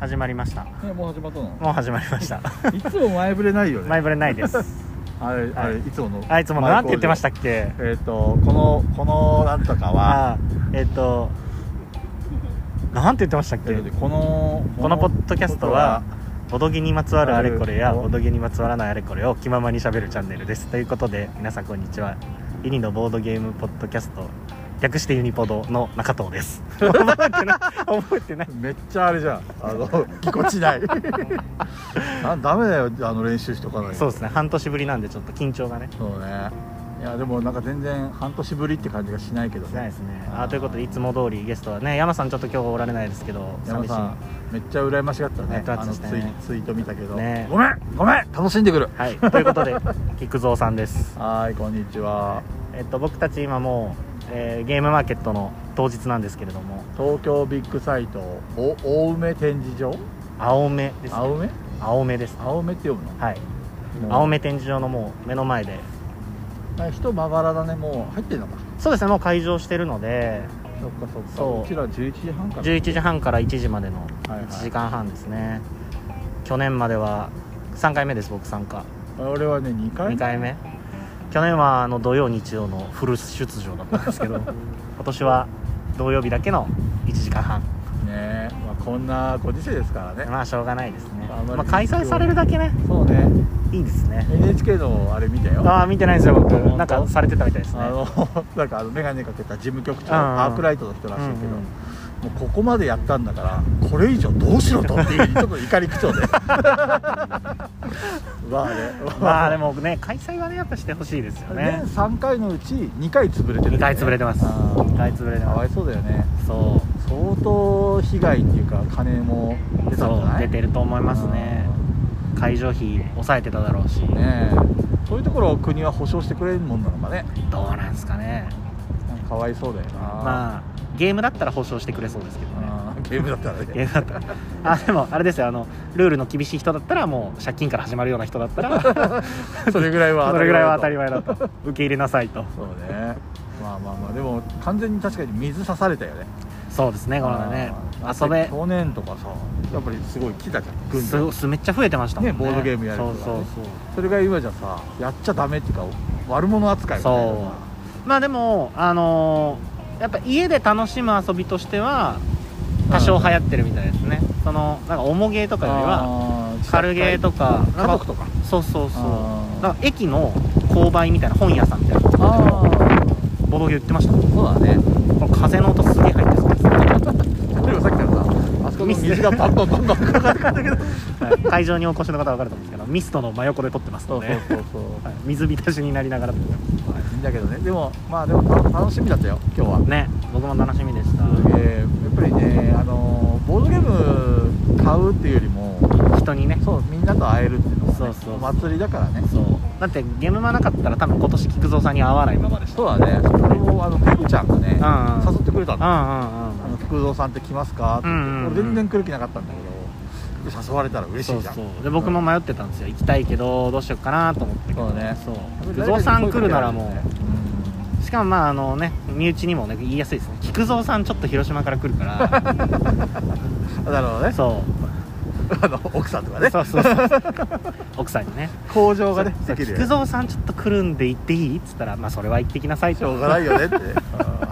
始まりましたもねもう始まったのう始まりました いつも前触れないよね前触れないです あれあれいつものあいつもなんて言ってましたたっけえっ、とこのこのなんとかはあえっ、となんて言ってましたっえけーとこのこのポッドキャストはボドゲにまつわるあれこれやあるボドゲにまつわらないあれこれを気ままにしゃべるチャンネルですということで皆さんこんにちはイリのボードゲームポッドキャスト略してユニポドの中藤です 覚えてない覚えてないめっちゃあれじゃんあ のぎこちないあダメだよあの練習しとかないとそうですね半年ぶりなんでちょっと緊張がねそうねいやでもなんか全然半年ぶりって感じがしないけどしないねですねああーということでいつも通りゲストはね山さんちょっと今日おられないですけど山寂しいさんめっちゃ羨ましかったねネットワーあクのしツてイねツイート見たけど、ねごめんごめん楽しんでくるはいということで 菊蔵さんですはーいこんにちはえっと僕たち今もう、えーゲームマーケットの当日なんですけれども東京ビッグサイトお青梅展示場青梅です、ね、青梅青梅です青梅って読むのはいもう青梅展示場のもう目の前であ人まばらだねもう入ってんのかそうですねもう開場してるのでそっかそっかそううちら11時半から11時半から1時までのはいはい1時間半ですね、去年までは3回目です僕参加俺はね2回2回目去年はあの土曜日曜のフル出場だったん ですけど今年は土曜日だけの1時間半ねえ、まあ、こんなご時世ですからねまあしょうがないですねあんままりあ、開催されるだけねそうねいいですね NHK のあれ見たよああ見てないんですよ僕本当なんかされてたみたいですねあの なんかあの眼鏡かけた事務局長うんうんアークライトの人らしいけど、うんうんもうここまでやったんだからこれ以上どうしろとっていうちょっと怒り口 調でまあねまあでもね開催はねやっぱしてほしいですよねね3回のうち2回潰れてる、ね、 2回潰れてますあー2回潰れてかわまいそうだよねすそ相当被害っていうか金もう出たんじゃそなうい出てると思いますね会場費抑えてただろうし、うんねえそういうところを国は保証してくれるもんなのかねどうなんですかねなんかかわいそうだよなまあゲームだったら保証してくれそうですけどねうんゲームだったらゲーねムだったらあでもあれですよあのルールの厳しい人だったらもう借金から始まるような人だった らそれぐらいはそれぐらいは当たり前前だと受け入れなさいとそうねまあまあまあでも完全に確かに水刺されたよねそうですねこのねあー遊べ去年とかさやっぱりすごい来たじゃん軍隊すすめっちゃ増えてましたもんねねボードゲームやるそう人がねそうそうそれが今じゃさやっちゃダメっていうか悪者扱いみたいなそうまあでもあのーやっぱ家で楽しむ遊びとしては多少流行ってるみたいですね、そのなんか重ゲーとかよりはあー軽ゲーとか家族とかそうそうそうあーなんか駅の購買みたいな本屋さんみたいなところでもあボードゲー売ってましたーそうだねこの風の音すげえ入ってそうですでもさっきからさあそこの水がバンバンバンバンかかってくるん だけどはい会場にお越しの方は分かると思うんですけどミストの真横で撮ってますそのうで、そうそうそうはい水浸しになりながら撮ってますまあいいんだけどねでもまあでもた楽しみだったよ今日はね僕も楽しみでしたえーやっぱりねあのーボードゲーム買うっていうよりも人にねそうみんなと会えるっていうのは、ね、そうそうお祭りだからねそうだってゲームマなかったら多分今年菊蔵さんに会わないままでしたそうだね俺もあのペグちゃんがねうんうん誘ってくれたうのんあうんうんの菊蔵さんって来ますか?」って言って、うんうんうん俺全然来る気なかったんだけど誘われたら嬉しそいうじゃんそうで僕も迷ってたんですよ行きたいけどどうしようかなと思ってけどそうねそう菊蔵さん来るならもううしかもまああのね身内にもね言いやすいですね菊蔵さんちょっと広島から来るから んなるほどねそあの奥さんとかうねそうそうそう奥さんにね工場がねそうできるよ菊蔵さんちょっと来るんで行っていいっつったら「まあそれは行ってきなさい」しとょうがないよねってうん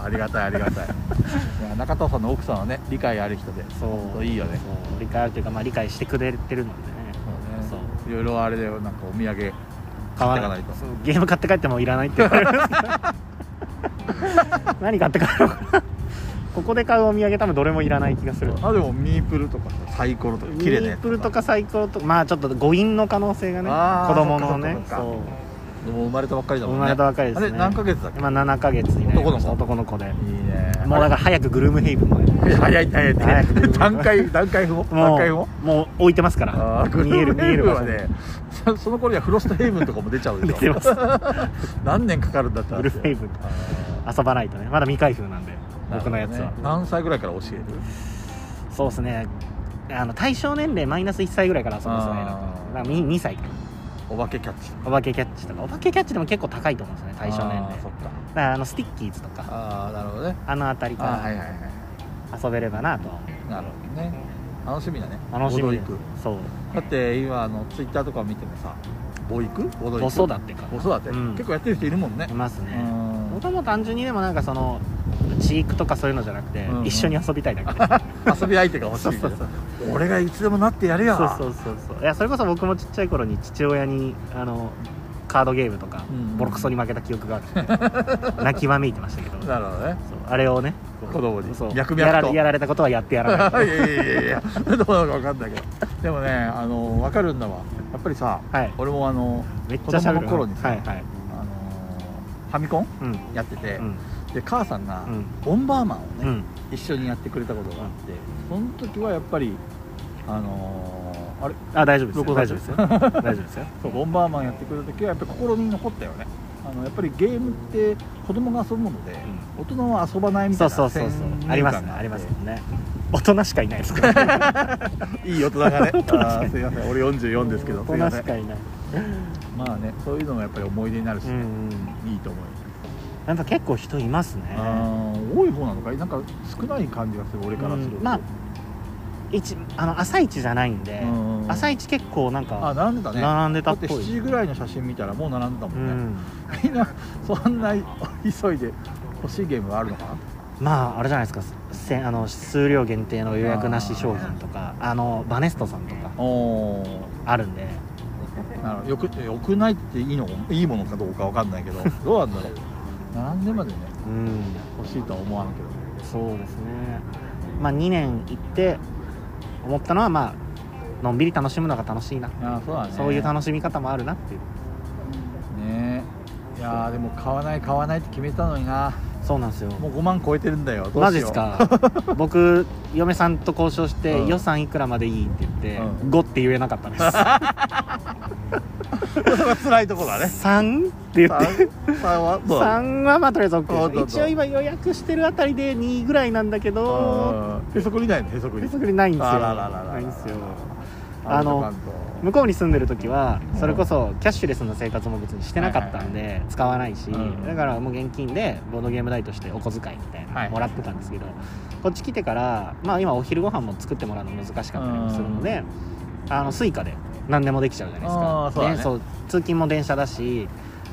ありがたいありがたいいや中田さんの奥さんはね理解ある人でそういいよねそう理解あるというか、まあ、理解してくれてるのでねそそううねいろいろあれだよなんかお土産買買っわてかなないいとそうゲーム買って帰ってもいらない って言われる何買って帰ろうかなここで買うお土産多分どれもいらない気がするあでもミープルとかさサイコロとか綺麗ねミープルとかサイコロとかまあちょっと誤飲の可能性がねあー子供のねそっかそっかそでも生まれたばっかりうだも生んねまれたばかりですねあれ何ヶ月だっけ今7ヶ月になりました男男の子でいいねもうだから早くグルームヘイブンまであれ早い早い早早いく段階段階も段も階うももう置いてますからあーグル見える見えーるブ場は所にねそその頃にはフロストヘイブンとかも出ちゃうで出しょてます何年かかるんだったらグルームヘイブンあー遊ばないとねまだ未開封なんで僕のやつなるは、ほどね何歳ぐらいから教えるそうですねあの対象年齢マイナス1歳ぐらいから遊ぶんですよねだあーから 2, 2歳かお化けキャッチお化けキャッチとかお化けキャッチでも結構高いと思うんですよね対象年あ齢ーそっかだからあのスティッキーズとかああなるほどねあの辺りあーはいかはいはいら遊べればなとは思うなるほどね楽しみだね楽しみボードで行くそうだって今あのツイッターとか見てもさボイクボード行く子育てか子育て、うん結構やってる人いるもんねい、ますね、うん僕はもう単純にでもなんかその飼育とかそういうのじゃなくて、うんうん一緒に遊びたいだけです遊び相手が欲しいみたいなそう俺がいつでもなってやるよそうそうそうそういやそれこそ僕もちっちゃい頃に父親にあのカードゲームとか、うんボロクソに負けた記憶があって 泣きわめいてましたけどなるほどねそうあれをねこう子供にそう脈々とやらやられたことはやってやいら なやいいやいやいやどうなのか分かんないけどでもねあの分かるんだわやっぱりさはい俺もあのめっちゃしゃべる子供の頃にさはいはいあのファミコンうんやってて、うんで母さんが、うんボンバーマンをうね、ん一緒にやってくれたことがあってその時はやっぱりあのーあれあ大丈夫ですよどこだ大丈夫 ですよ大丈夫ですよそうボンバーマンやってくれた時はやっぱり心に残ったよねあのやっぱりゲームって子供が遊ぶもので、大人は遊ばないみたそいうなそうそうそうありますねありますもんね大人しかいないですから いい大人が ねあーすいません俺44ですけどすい大ま人せしんかいないまあねそういうのもやっぱり思い出になるうし、んうんいいと思うよ、やっぱ結構人いますねあー多い方なのかいなんか少ない感じがする俺からすると、うんまあ一あの朝一じゃないんで、うんうん朝一結構なんかあ並んでたね並んでただっってぽ7い時ぐらいの写真見たらもう並んでたもうんね、ん、 みんなそんな急いで欲しいゲームがあるのかなまああれじゃないですかせあの数量限定の予約なし商品とかあのバネストさんとかおーあるんでなるほどよくよくないっていいのいいものかどうかわかんないけどどうなんだろう並んでまでねうん欲しいとは思わんけどそうですねまあ2年行って思ったのはまあのんびり楽しむのが楽しいな、ああそうだねそういう楽しみ方もあるなっていうねいやーでも買わない買わないって決めたのになそうなんですよもう5万超えてるんだよどうしようマジっすか僕嫁さんと交渉して、うん予算いくらまでいいって言って、うん5って言えなかったですそれが辛いとこだね3って言って3はどうだ3はまあとりあえず OK そうそう一応今予約してるあたりで2ぐらいなんだけどうんへそくりないのへそくり手作りないんですよあららららないんですよああのの向こうに住んでる時はそれこそキャッシュレスの生活も別にしてなかったんで使わないし、うんだからもう現金でボードゲーム代としてお小遣いみたいなはいのもらってたんですけど、こっち来てからまあ今お昼ご飯も作ってもらうの難しかったりもするので、あのスイカで何でもできちゃうじゃないですあーかそうだねでそう通勤も電車だし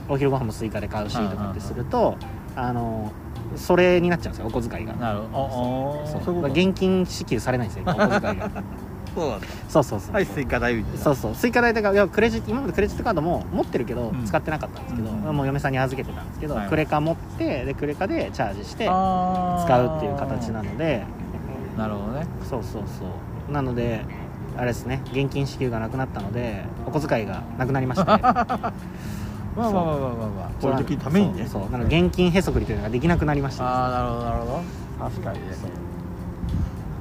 お昼ご飯もスイカで買うしとかってすると、あのそれになっちゃうんですよお小遣いが。なるほどああそうそういうこと現金支給されないんですよ、今お小遣いが。 そうなんだそうそうそう。はいスイカ代みたいなそうそうスイカ代とかいやクレジット今までクレジットカードも持ってるけど、うん使ってなかったんですけど、うんもう嫁さんに預けてたんですけど、はいクレカ持ってでクレカでチャージして使使うっていう形なのでなるほどねそうそうそうなのであれですね現金支給がなくなったのでお小遣いがなくなりましたねまあまあまあまあまあまあ こういう時のためにねそうそうなので現金へそくりというのができなくなりましたああなるほどなるほど確かにね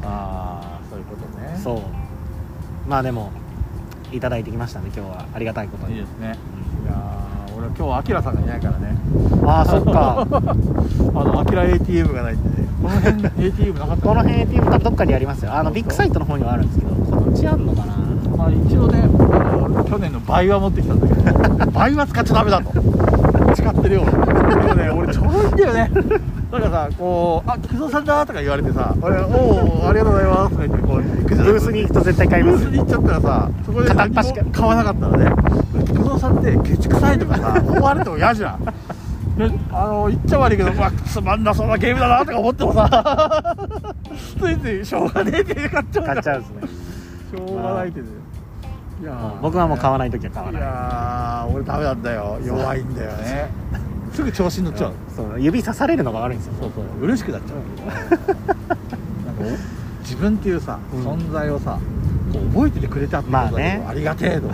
ああそういうことねそうまあでもいただいてきましたんで今日はありがたいこといいに、ですねいやー俺は今日はアキラさんがいないからねうんああそっ かあのアキラ ATM がないんでねこの 辺 ATM なかったこの辺 ATM 多分どっかにありますよあのビッグサイトの方にはあるんですけどこっちあんのかなまあ一応ねあの去年の倍は持ってきたんだ けど倍は使っちゃダメだと誓ってるよ俺でもね俺ちょうどいいんだよねだからさこう「あ菊蔵さんだ」とか言われてさ「俺おおありがとうございます」とか言ってこうブブースに行くと絶対買いブまーすスに行っちゃったらさそこで片っ何も端から買わなかったらね菊蔵さんってケチくさいとか さ思われても嫌じゃんであの言っちゃ悪いけど、まあ、つまんなそうなゲームだなとか思ってもさついついしょうがねえって買っちゃうんだ買っちゃうんですねしょうがないけど、いやー僕はもう買わない時は買わいないやー俺ダメなんだよ弱いんだよ ねすぐ調子に乗っちゃうそう指刺されるのが悪いんですよそうそう嬉しくなっちゃうなんかお自分っていうさ、うん存在をさこう覚えててくれたってことだけど、まあねありがてえと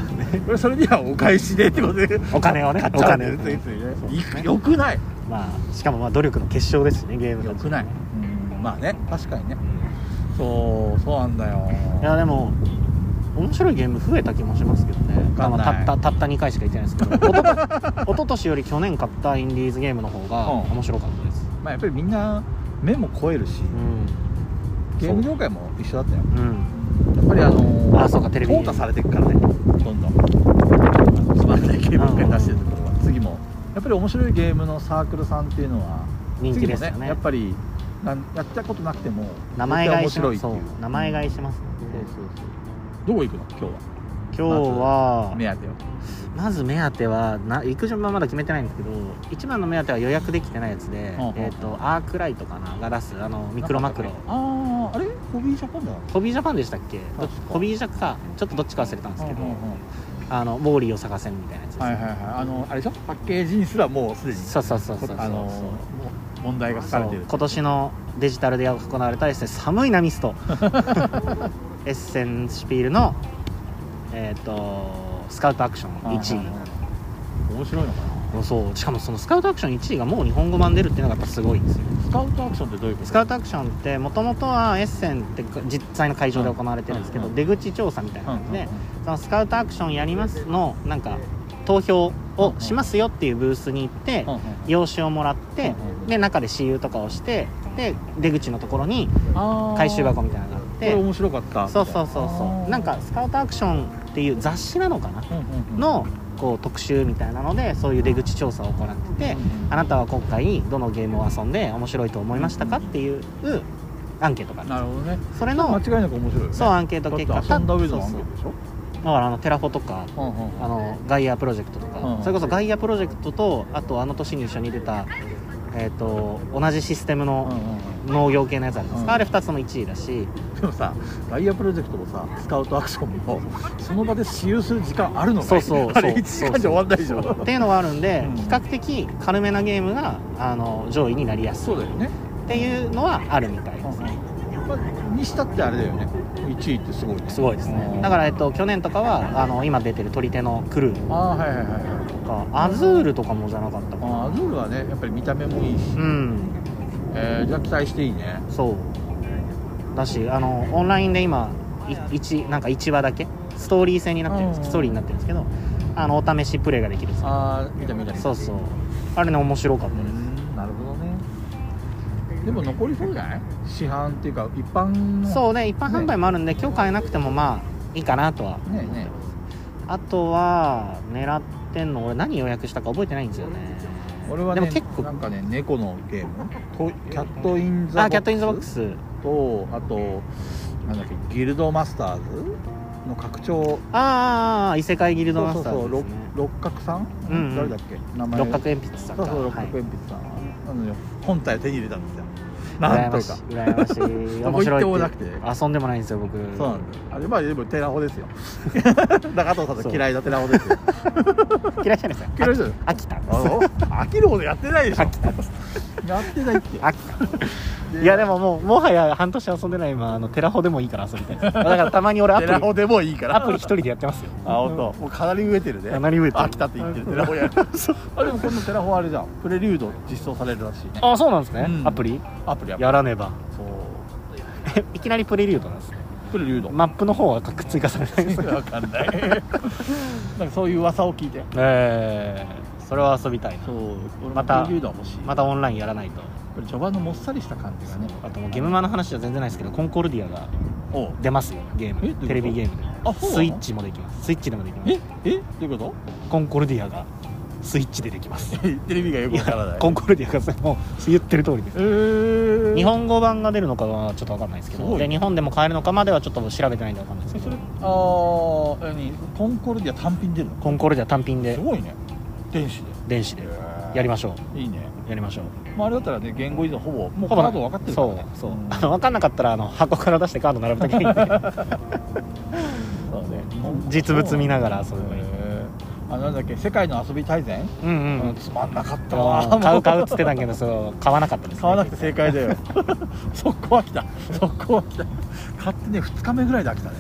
俺それにはお返しでってことでお金をね買っちゃうんだよおつ金いをついねいよくないまあしかもまあ努力の結晶ですしねゲームよたちくないうんまあね確かにねそうそうなんだよいやでも面白いゲーム増えた気もしますけどねわかんないたったたった2回しか行ってないですけど おとと一昨年より去年買ったインディーズゲームの方がうん面白かったですまあやっぱりみんな目も超えるし、うゲーム業界も一緒だったよんうんやっぱりあのー、あそうかテレビ淘汰されていくからねどんどんつまんないゲームばっかり出してるところは次もやっぱり面白いゲームのサークルさんっていうのは人気ですよね次もやっぱりなんやったことなくても名前買い絶し対面白ますいっていそうう名前買いしますねそうそうどこ行くの今日は今日は、目当てはまず目当てはな行く順番まだ決めてないんですけど一番の目当ては予約できてないやつで、ほうほうえー、とアークライトかなが出すあのミクロマクロあああれホビージャパンだなホビージャパンでしたっけ確かホビージャかちょっとどっちか忘れたんですけど、うんうんうんあのウォーリーを探せんみたいなやつです、はいはいはいあのあれでしょパッケージにすらもうすでにそうそうそうそうそうあのもう問題が書かそれてうる今年のデジタルで行われたですね寒いなミス トエッセンシュピールのえっ、とスカウトアクション1位、面白いのかそうしかもそのスカウトアクション1位がもう日本語版出るっていうのがやっぱすごいんですよなスカウトアクションってどういうことスカウトアクションってもともとはエッセンって実際の会場で行われてるんですけど、うん出口調査みたいな感じで、うんうんそのスカウトアクションやりますのなんか投票をしますよっていうブースに行って、うんうん用紙をもらって、うんうんで中で私有とかをしてで出口のところにあー回収箱みたいなのがあっこれて面白かったそうそうそうそうなんかスカウトアクションっていう雑誌なのかな、のこう特集みたいなのでそういう出口調査を行ってて、あなたは今回どのゲームを遊んで面白いと思いましたかっていうアンケートがあるなるほどねそれ間の違いなく面白いよねそうアンケートだって結果遊んだ上でのアンそケうーそうトでしょだからあのテラフォとかうんうんうんあのガイアプロジェクトとか、うんうんそれこそガイアプロジェクトとあとあの年に一緒に出た、えー、と同じシステムうんのうんうん農業系のやつあるんですか、うんあれ2つとも1位だしでもさガイアプロジェクトもさスカウトアクションもその場で私有する時間あるのかそいうそうあれそう1時間じゃ終わんないでしょっていうのはあるんで、うん比較的軽めなゲームがあの上位になりやすいそうだよねっていうのはあるみたいです、まあにしたってあれだよね1位ってすごいねすごいですねだらから、えっと、去年とかはあの今出てる取り手のクルーああはいはいはいとかアズールとかもじゃなかったかなあーアズールはねやっぱり見た目もいいし、うんえーじゃあ期待していいねそうだしあのオンラインで今い一なんか1話だけストーリー戦になってるんですうんストーリーになってるんですけどあのお試しプレイができるんですよああ見た見た見たそうそうあれね面白かっうたですんなるほどねでも残りそうじゃない市販っていうか一般のそうね一般販売もあるんで、今日買えなくてもまあいいかなとはねえねあとは狙ってんの俺何予約したか覚えてないんですよねえ俺はねでも結構なんかね猫のゲームとキャット・イン・ザ・あボックスキャットインザボックスとあとなんだっけギルドマスターズの拡張あーあーあー異世界ギルドマスタそうそーうズそでうすね六六角さん、うんうん誰だっけ名前六角鉛筆さんかそうそう六角はい鉛筆さん、なのよ本体を手に入れたんですよな羨んとましいか羨まし いどこ面白い行ってもな遊んでもないんですよ僕そうなんですよあれまあでもテラホです よ中藤さんの嫌いなテラホですよ嫌いじゃないですか 嫌いじゃない飽きたんで あの飽きるほどやってないでしょ飽きたんですやってないって飽きたいやでももうもはや半年遊んでない今あのテラホでもいいから遊び たいですだからたまに俺アプテラホリでもいいからアプリ一人でやってますよあ本当もうかなり植えてるねかなり植えてる飽きたって言ってるテラホや るあでもこのテラホあれじゃんプレリュード実装されるらしいねあそうなんですね、うんアプリアプリアプリやらねば そういきなりプレリュードなんですねプレリュードマップの方はくっついかされないで意 す味わかんないなんかそういう噂を聞いてえー、それは遊びたいなそう俺もまプたレリュードは欲しいまたオンラインやらないとこれ序盤のもっさりした感じがねあともうゲームマの話じゃ全然ないですけどコンコルディアがおう出ますよゲーえどういうこムとテレビゲームであそうなのスイッチもできますスイッチでもできますええどういうことコンコルディアがスイッチでできますえテレビがよくわからないコンコルディアがそれもう言ってる通りですえー、日本語版が出るのかはちょっと分かんないですけすどごいで日本でも買えるのかまではちょっと調べてないんで分かんないですえけそどれああ何コンコルディア単品出るのコンコルディア単品ですごいね電子で電子でやりましょいいね、うやりましょうまあ、あれだったらね言語依存ほぼもうカほぼード分かってるからねそうそう、んあの分かんなかったらあの箱から出してカード並べたけで そうね日本語実物見ながら遊べばいいへーあなんだっけ世界の遊び大全、うんうん、うんつまんなかったあわの買う買うっつってたけどそう買わなかったです、ね、買わなくて正解 だよ速攻飽きた速攻飽きた買ってね2日目ぐらいで飽 きたね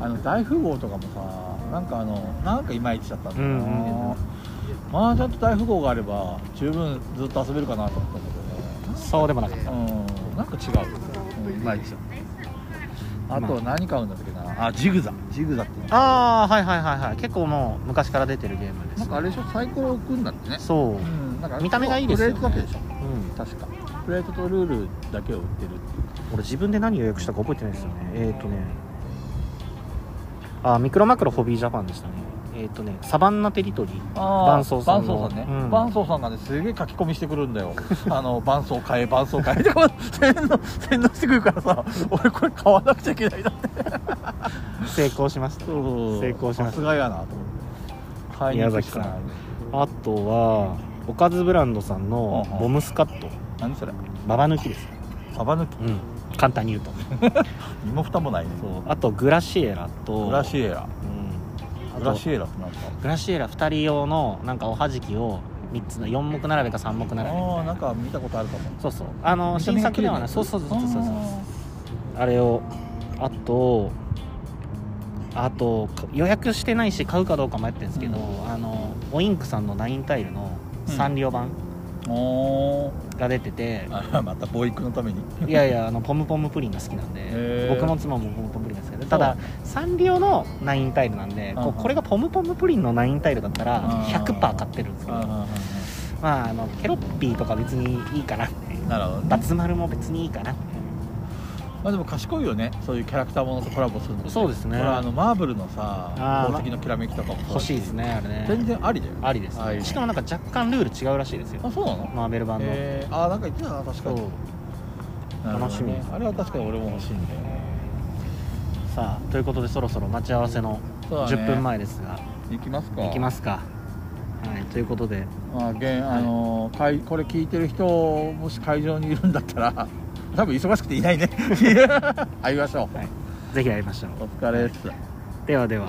あの大富豪とかもさなんかあのなんかいまいちだったんだようんうんなマージャンと大富豪があれば十分ずっと遊べるかなと思ったんだそうでもなかっけたどねうんなんか違う、うん、いまいちだあと何買うんだったっけなあジグザジグザっていうのああはいはいはいはい結構もう昔から出てるゲームですなんかあれでしょサイコロ置くんだってねそう、うんなんか見た目がいいですよねプレートだけでしょうん、確かプレートとルールだけを売ってるっていう俺自分で何予約したか覚えてないですよねえっ、ー、とねあミクロマクロホビージャパンでしたねえっ、えっ、とねサバンナテリトリーあ伴ー奏さん伴の奏さんね、うん伴奏さんがねすげえ書き込みしてくるんだよ あの伴奏変え伴 奏変えでこう洗脳洗脳してくるからさ俺これ買わなくちゃいけないなって成功しました成功しましたさすがやなと思って買いに行くしかない宮あとはおかずブランドさんのうんうんボムスカット何それババ抜きです、サバ抜きうん、簡単に言うと身も蓋もないねそうあとグラシエラとグラシエラうん、グラエシエラってなんかグラシエラ2人用のなんかおはじきを3つの4目並べか3目並べああなんか見たことあるかもそうそうあの新作ではないそうそうそうそうそうそうあれをあとあとか予約してないし買うかどうか迷ってるんですけど、あのオインクさんのナインタイルのサンリオ版うおが出てて、あまたボーイクのためにいやいやあのポムポムプリンが好きなんでへー僕の妻もポムポムプリンですけどただサンリオのナインタイルなんでこうんうんこれがポムポムプリンのナインタイルだったらうん100%買ってるんですけどあまああのケロッピーとか別にいいかなっていうあなるほどねバツ丸も別にいいかなまあでも賢いよねそういうキャラクターものとコラボするのそうですねこれあのマーブルのさあー宝石のきらめきとかもそうだ欲しいですねあれ全ね然ありだよありですありねしかもなんか若干ルール違うらしいですよあそうなのマーベル版のえー、あーなんか言ってたな確かそうになるほどね楽しみですあれは確かに俺も欲しいんだよねさあということでそろそろ待ち合わせのそうだね10分前ですが行きますか、行きますすかはいということでまあ、現あのーかいこれ聞いてる人もし会場にいるんだったら多分忙しくていないね 会いましょうぜひ会いましょうお疲れですではでは